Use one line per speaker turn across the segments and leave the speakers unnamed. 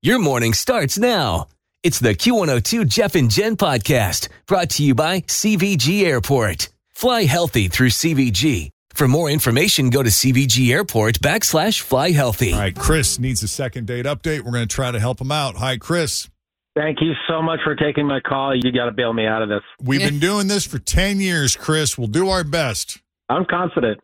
Your morning starts now. It's the Q102 Jeff and Jen podcast brought to you by CVG Airport. Fly healthy through CVG. For more information, go to CVG Airport backslash fly healthy.
All right, Chris needs a second date update. We're going to try to help him out. Hi, Chris.
Thank you so much for taking my call. You got to bail me out of this.
We've been doing this for 10 years, Chris. We'll do our best.
I'm confident.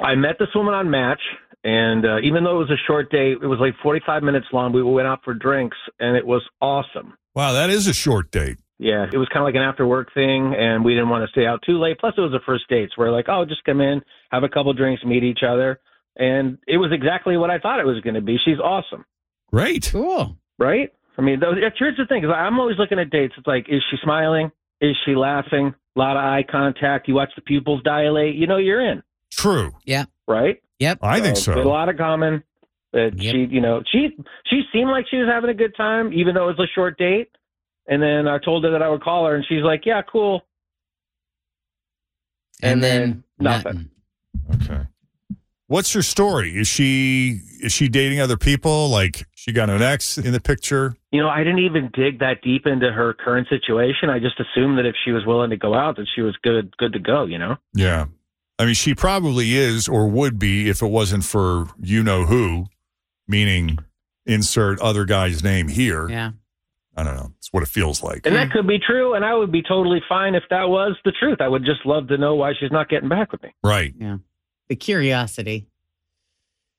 I met this woman on Match, and uh, even though it was a short date, it was like 45 minutes long. We went out for drinks, and it was awesome.
Wow, that is a short date.
Yeah, it was kind of like an after work thing, and we didn't want to stay out too late. Plus, it was the first date, so we're like, oh, just come in, have a couple drinks, meet each other. And it was exactly what I thought it was going to be. She's awesome,
Great.
Cool.
right? I mean, those, here's the thing: 'cause I'm always looking at dates. It's like, is she smiling? Is she laughing? A lot of eye contact. You watch the pupils dilate. You know, you're in,
True.
right?
I
Oh,
think
A
so.
lot of common. That
Yep.
she, you know, she she seemed like she was having a good time, even though it was a short date. And then I told her that I would call her, and she's like, "Yeah, cool." And then nothing.
Okay. What's her story? Is she is she dating other people? Like she got an ex in the picture?
You know, I didn't even dig that deep into her current situation. I just assumed that if she was willing to go out, that she was good good to go. You know,
Yeah. I mean, she probably is or would be if it wasn't for you know who, meaning insert other guy's name here.
Yeah.
I don't know. It's what it feels like.
and that could be true, and I would be totally fine if that was the truth. I would just love to know why she's not getting back with me.
Right.
The curiosity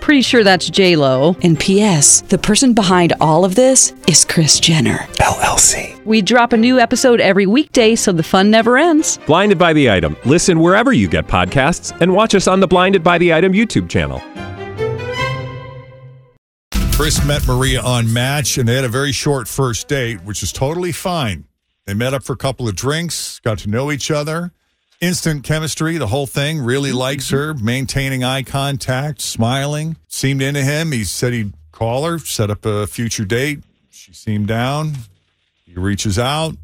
Pretty sure that's J Lo.
And P.S. The person behind all of this is Chris Jenner.
LLC.
We drop a new episode every weekday, so the fun never ends.
Blinded by the item. Listen wherever you get podcasts, and watch us on the Blinded by the Item YouTube channel.
Chris met Maria on Match, and they had a very short first date, which is totally fine. They met up for a couple of drinks, got to know each other, instant chemistry, the whole thing. Really likes her, maintaining eye contact, smiling, seemed into him. He said he'd call her, set up a future date. She seemed down. He reaches out,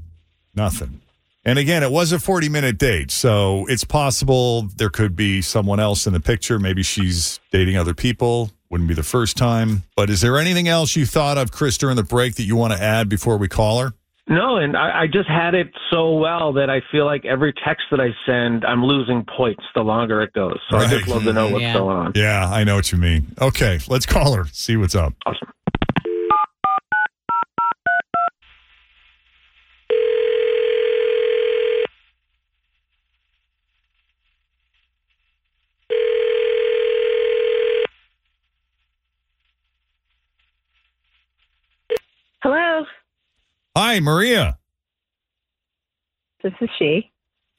nothing. And again, it was a 40 minute date. So it's possible there could be someone else in the picture. Maybe she's dating other people. Wouldn't be the first time. But is there anything else you thought of, Chris, during the break that you want to add before we call her?
No, and I, I just had it so well that I feel like every text that I send, I'm losing points the longer it goes. So I
Right.
just love to know what's
Yeah.
going on.
Yeah, I know what you mean. Okay, let's call her, see what's up.
Awesome.
Hello,
Hi, Maria.
this is she.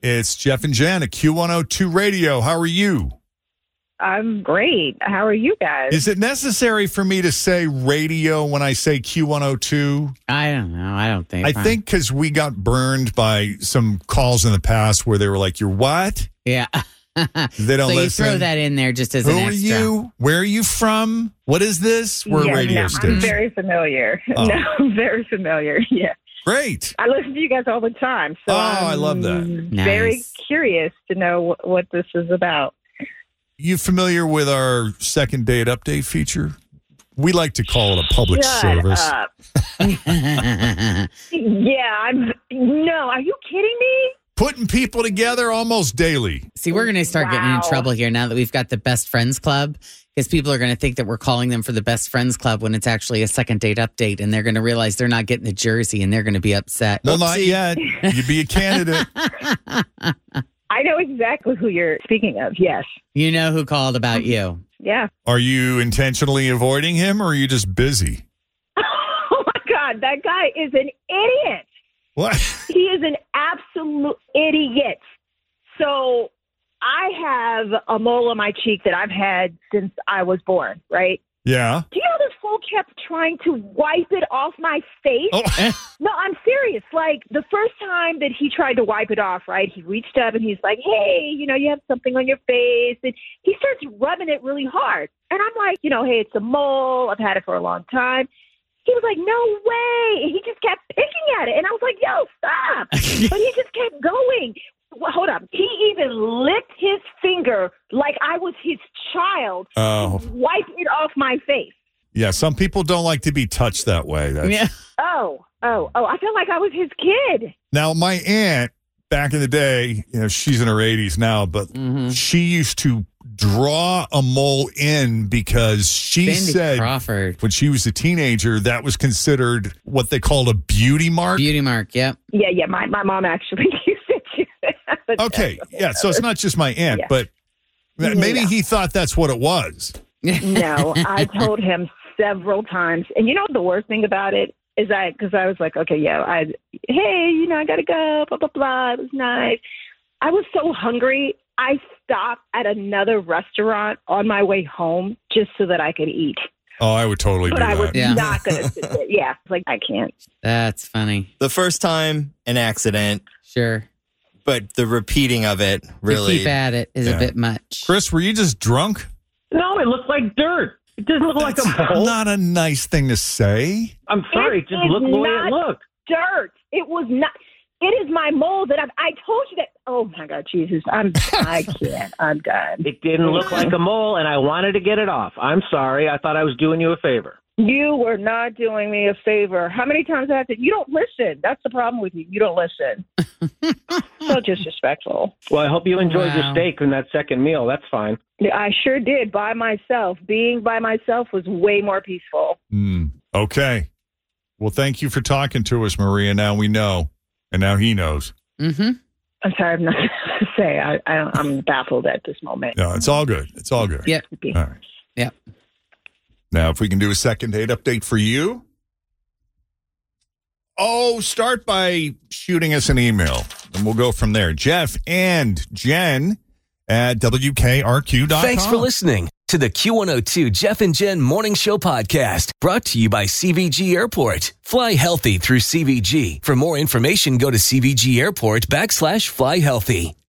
It's Jeff and Jen at Q102 Radio. How are you?
I'm great. How are you guys?
Is it necessary for me to say radio when I say Q102?
I don't know. I don't think.
I think because we got burned by some calls in the past where they were like, You're what?
Yeah.
They don't
so you
listen.
throw that in there just as
Who
an
are
extra.
you? Where are you from? What is this? We're
Yeah,
a radio
no,
station.
I'm very familiar.
Oh.
No, I'm very familiar. Yeah,
Great.
I listen to you guys all the time. So um,
Oh, I love that.
I'm Very
Nice.
curious to know wh- what this is about.
You familiar with our second date update feature? We like to call it a public
Shut
service.
up. Yeah, I'm. No, are you kidding me?
Putting people together almost daily.
See, we're going to start getting in
Wow.
trouble here now that we've got the best friends club because people are going to think that we're calling them for the best friends club when it's actually a second date update and they're going to realize they're not getting the jersey and they're going to be upset.
Well, not
Oopsie.
yet. You'd be a candidate.
I know exactly who you're speaking of. Yes.
You know who called about
Mm-hmm.
you.
Yeah.
are you intentionally avoiding him or are you just busy?
Oh my God, that guy is an idiot.
What?
He is an absolute idiot. So I have a mole on my cheek that I've had since I was born, right?
Yeah.
Do you know this fool kept trying to wipe it off my face?
Oh,
No, I'm serious. Like the first time that he tried to wipe it off, right? He reached up and he's like, "Hey, you know, you have something on your face," and he starts rubbing it really hard. And I'm like, you know, hey, it's a mole. I've had it for a long time. He was like, "No way!" And he just kept picking at it, and I was like, "Yo, stop!" but he just kept going. Well, hold up. He even licked his finger like I was his child.
Oh.
Wipe it off my face.
yeah. Some people don't like to be touched that way. That's-
Yeah.
Oh, oh, oh! I felt like I was his kid.
Now, my aunt back in the day, you know, she's in her 80s now, but
Mm-hmm.
Mhm.
she used to draw a mole in because she
Cindy
said
Crawford.
when she was a teenager that was considered what they called a beauty mark.
Beauty Mark. Yep.
Yeah, yeah. My my mom actually used it. too. But-
Okay, yeah. So it's not just my aunt,
Yeah.
but th- maybe
Yeah.
he thought that's what it was.
no, I told him several times, and you know the worst thing about it is I because I was like, okay, yeah, I hey, you know, I gotta go, blah blah blah. It was nice. I was so hungry. I stopped at another restaurant on my way home just so that I could eat,
Oh, I would totally
but
do
I was
that.
Yeah.
not gonna. sit there. Yeah, like I can't.
That's funny.
The first time, an accident,
Sure.
but the repeating of it
To
really.
keep at it is
Yeah.
a bit much.
Chris, were you just drunk?
No, it looked like dirt. It doesn't look like
That's
a mole.
not a nice thing to say.
I'm sorry.
It
It just
is
looked the way
not-
it looked.
dirt. It was not. It is my mole that I've, I told you that. Oh my God, Jesus! I'm. I can't. I'm done.
It didn't look like a mole, and I wanted to get it off. I'm sorry. I thought I was doing you a favor.
You were not doing me a favor. How many times I have to? You don't listen. That's the problem with you. You don't listen. so disrespectful.
Well, I hope you enjoyed
Wow.
your steak and that second meal. That's fine.
I sure did by myself. Being by myself was way more peaceful.
Hmm. Okay. Well, thank you for talking to us, Maria. Now we know, and now he knows.
Mm-hmm.
I'm sorry. I'm not going to say. I, I don't, I'm baffled at this moment.
No, it's all good. It's all good.
Yeah.
All right.
Yep.
Now, if we can do a second date update for you. Oh, start by shooting us an email, and we'll go from there. Jeff and Jen at WKRQ.com.
Thanks for listening to the Q102 Jeff and Jen Morning Show podcast brought to you by CVG Airport. Fly healthy through CVG. For more information, go to CVG Airport backslash fly healthy.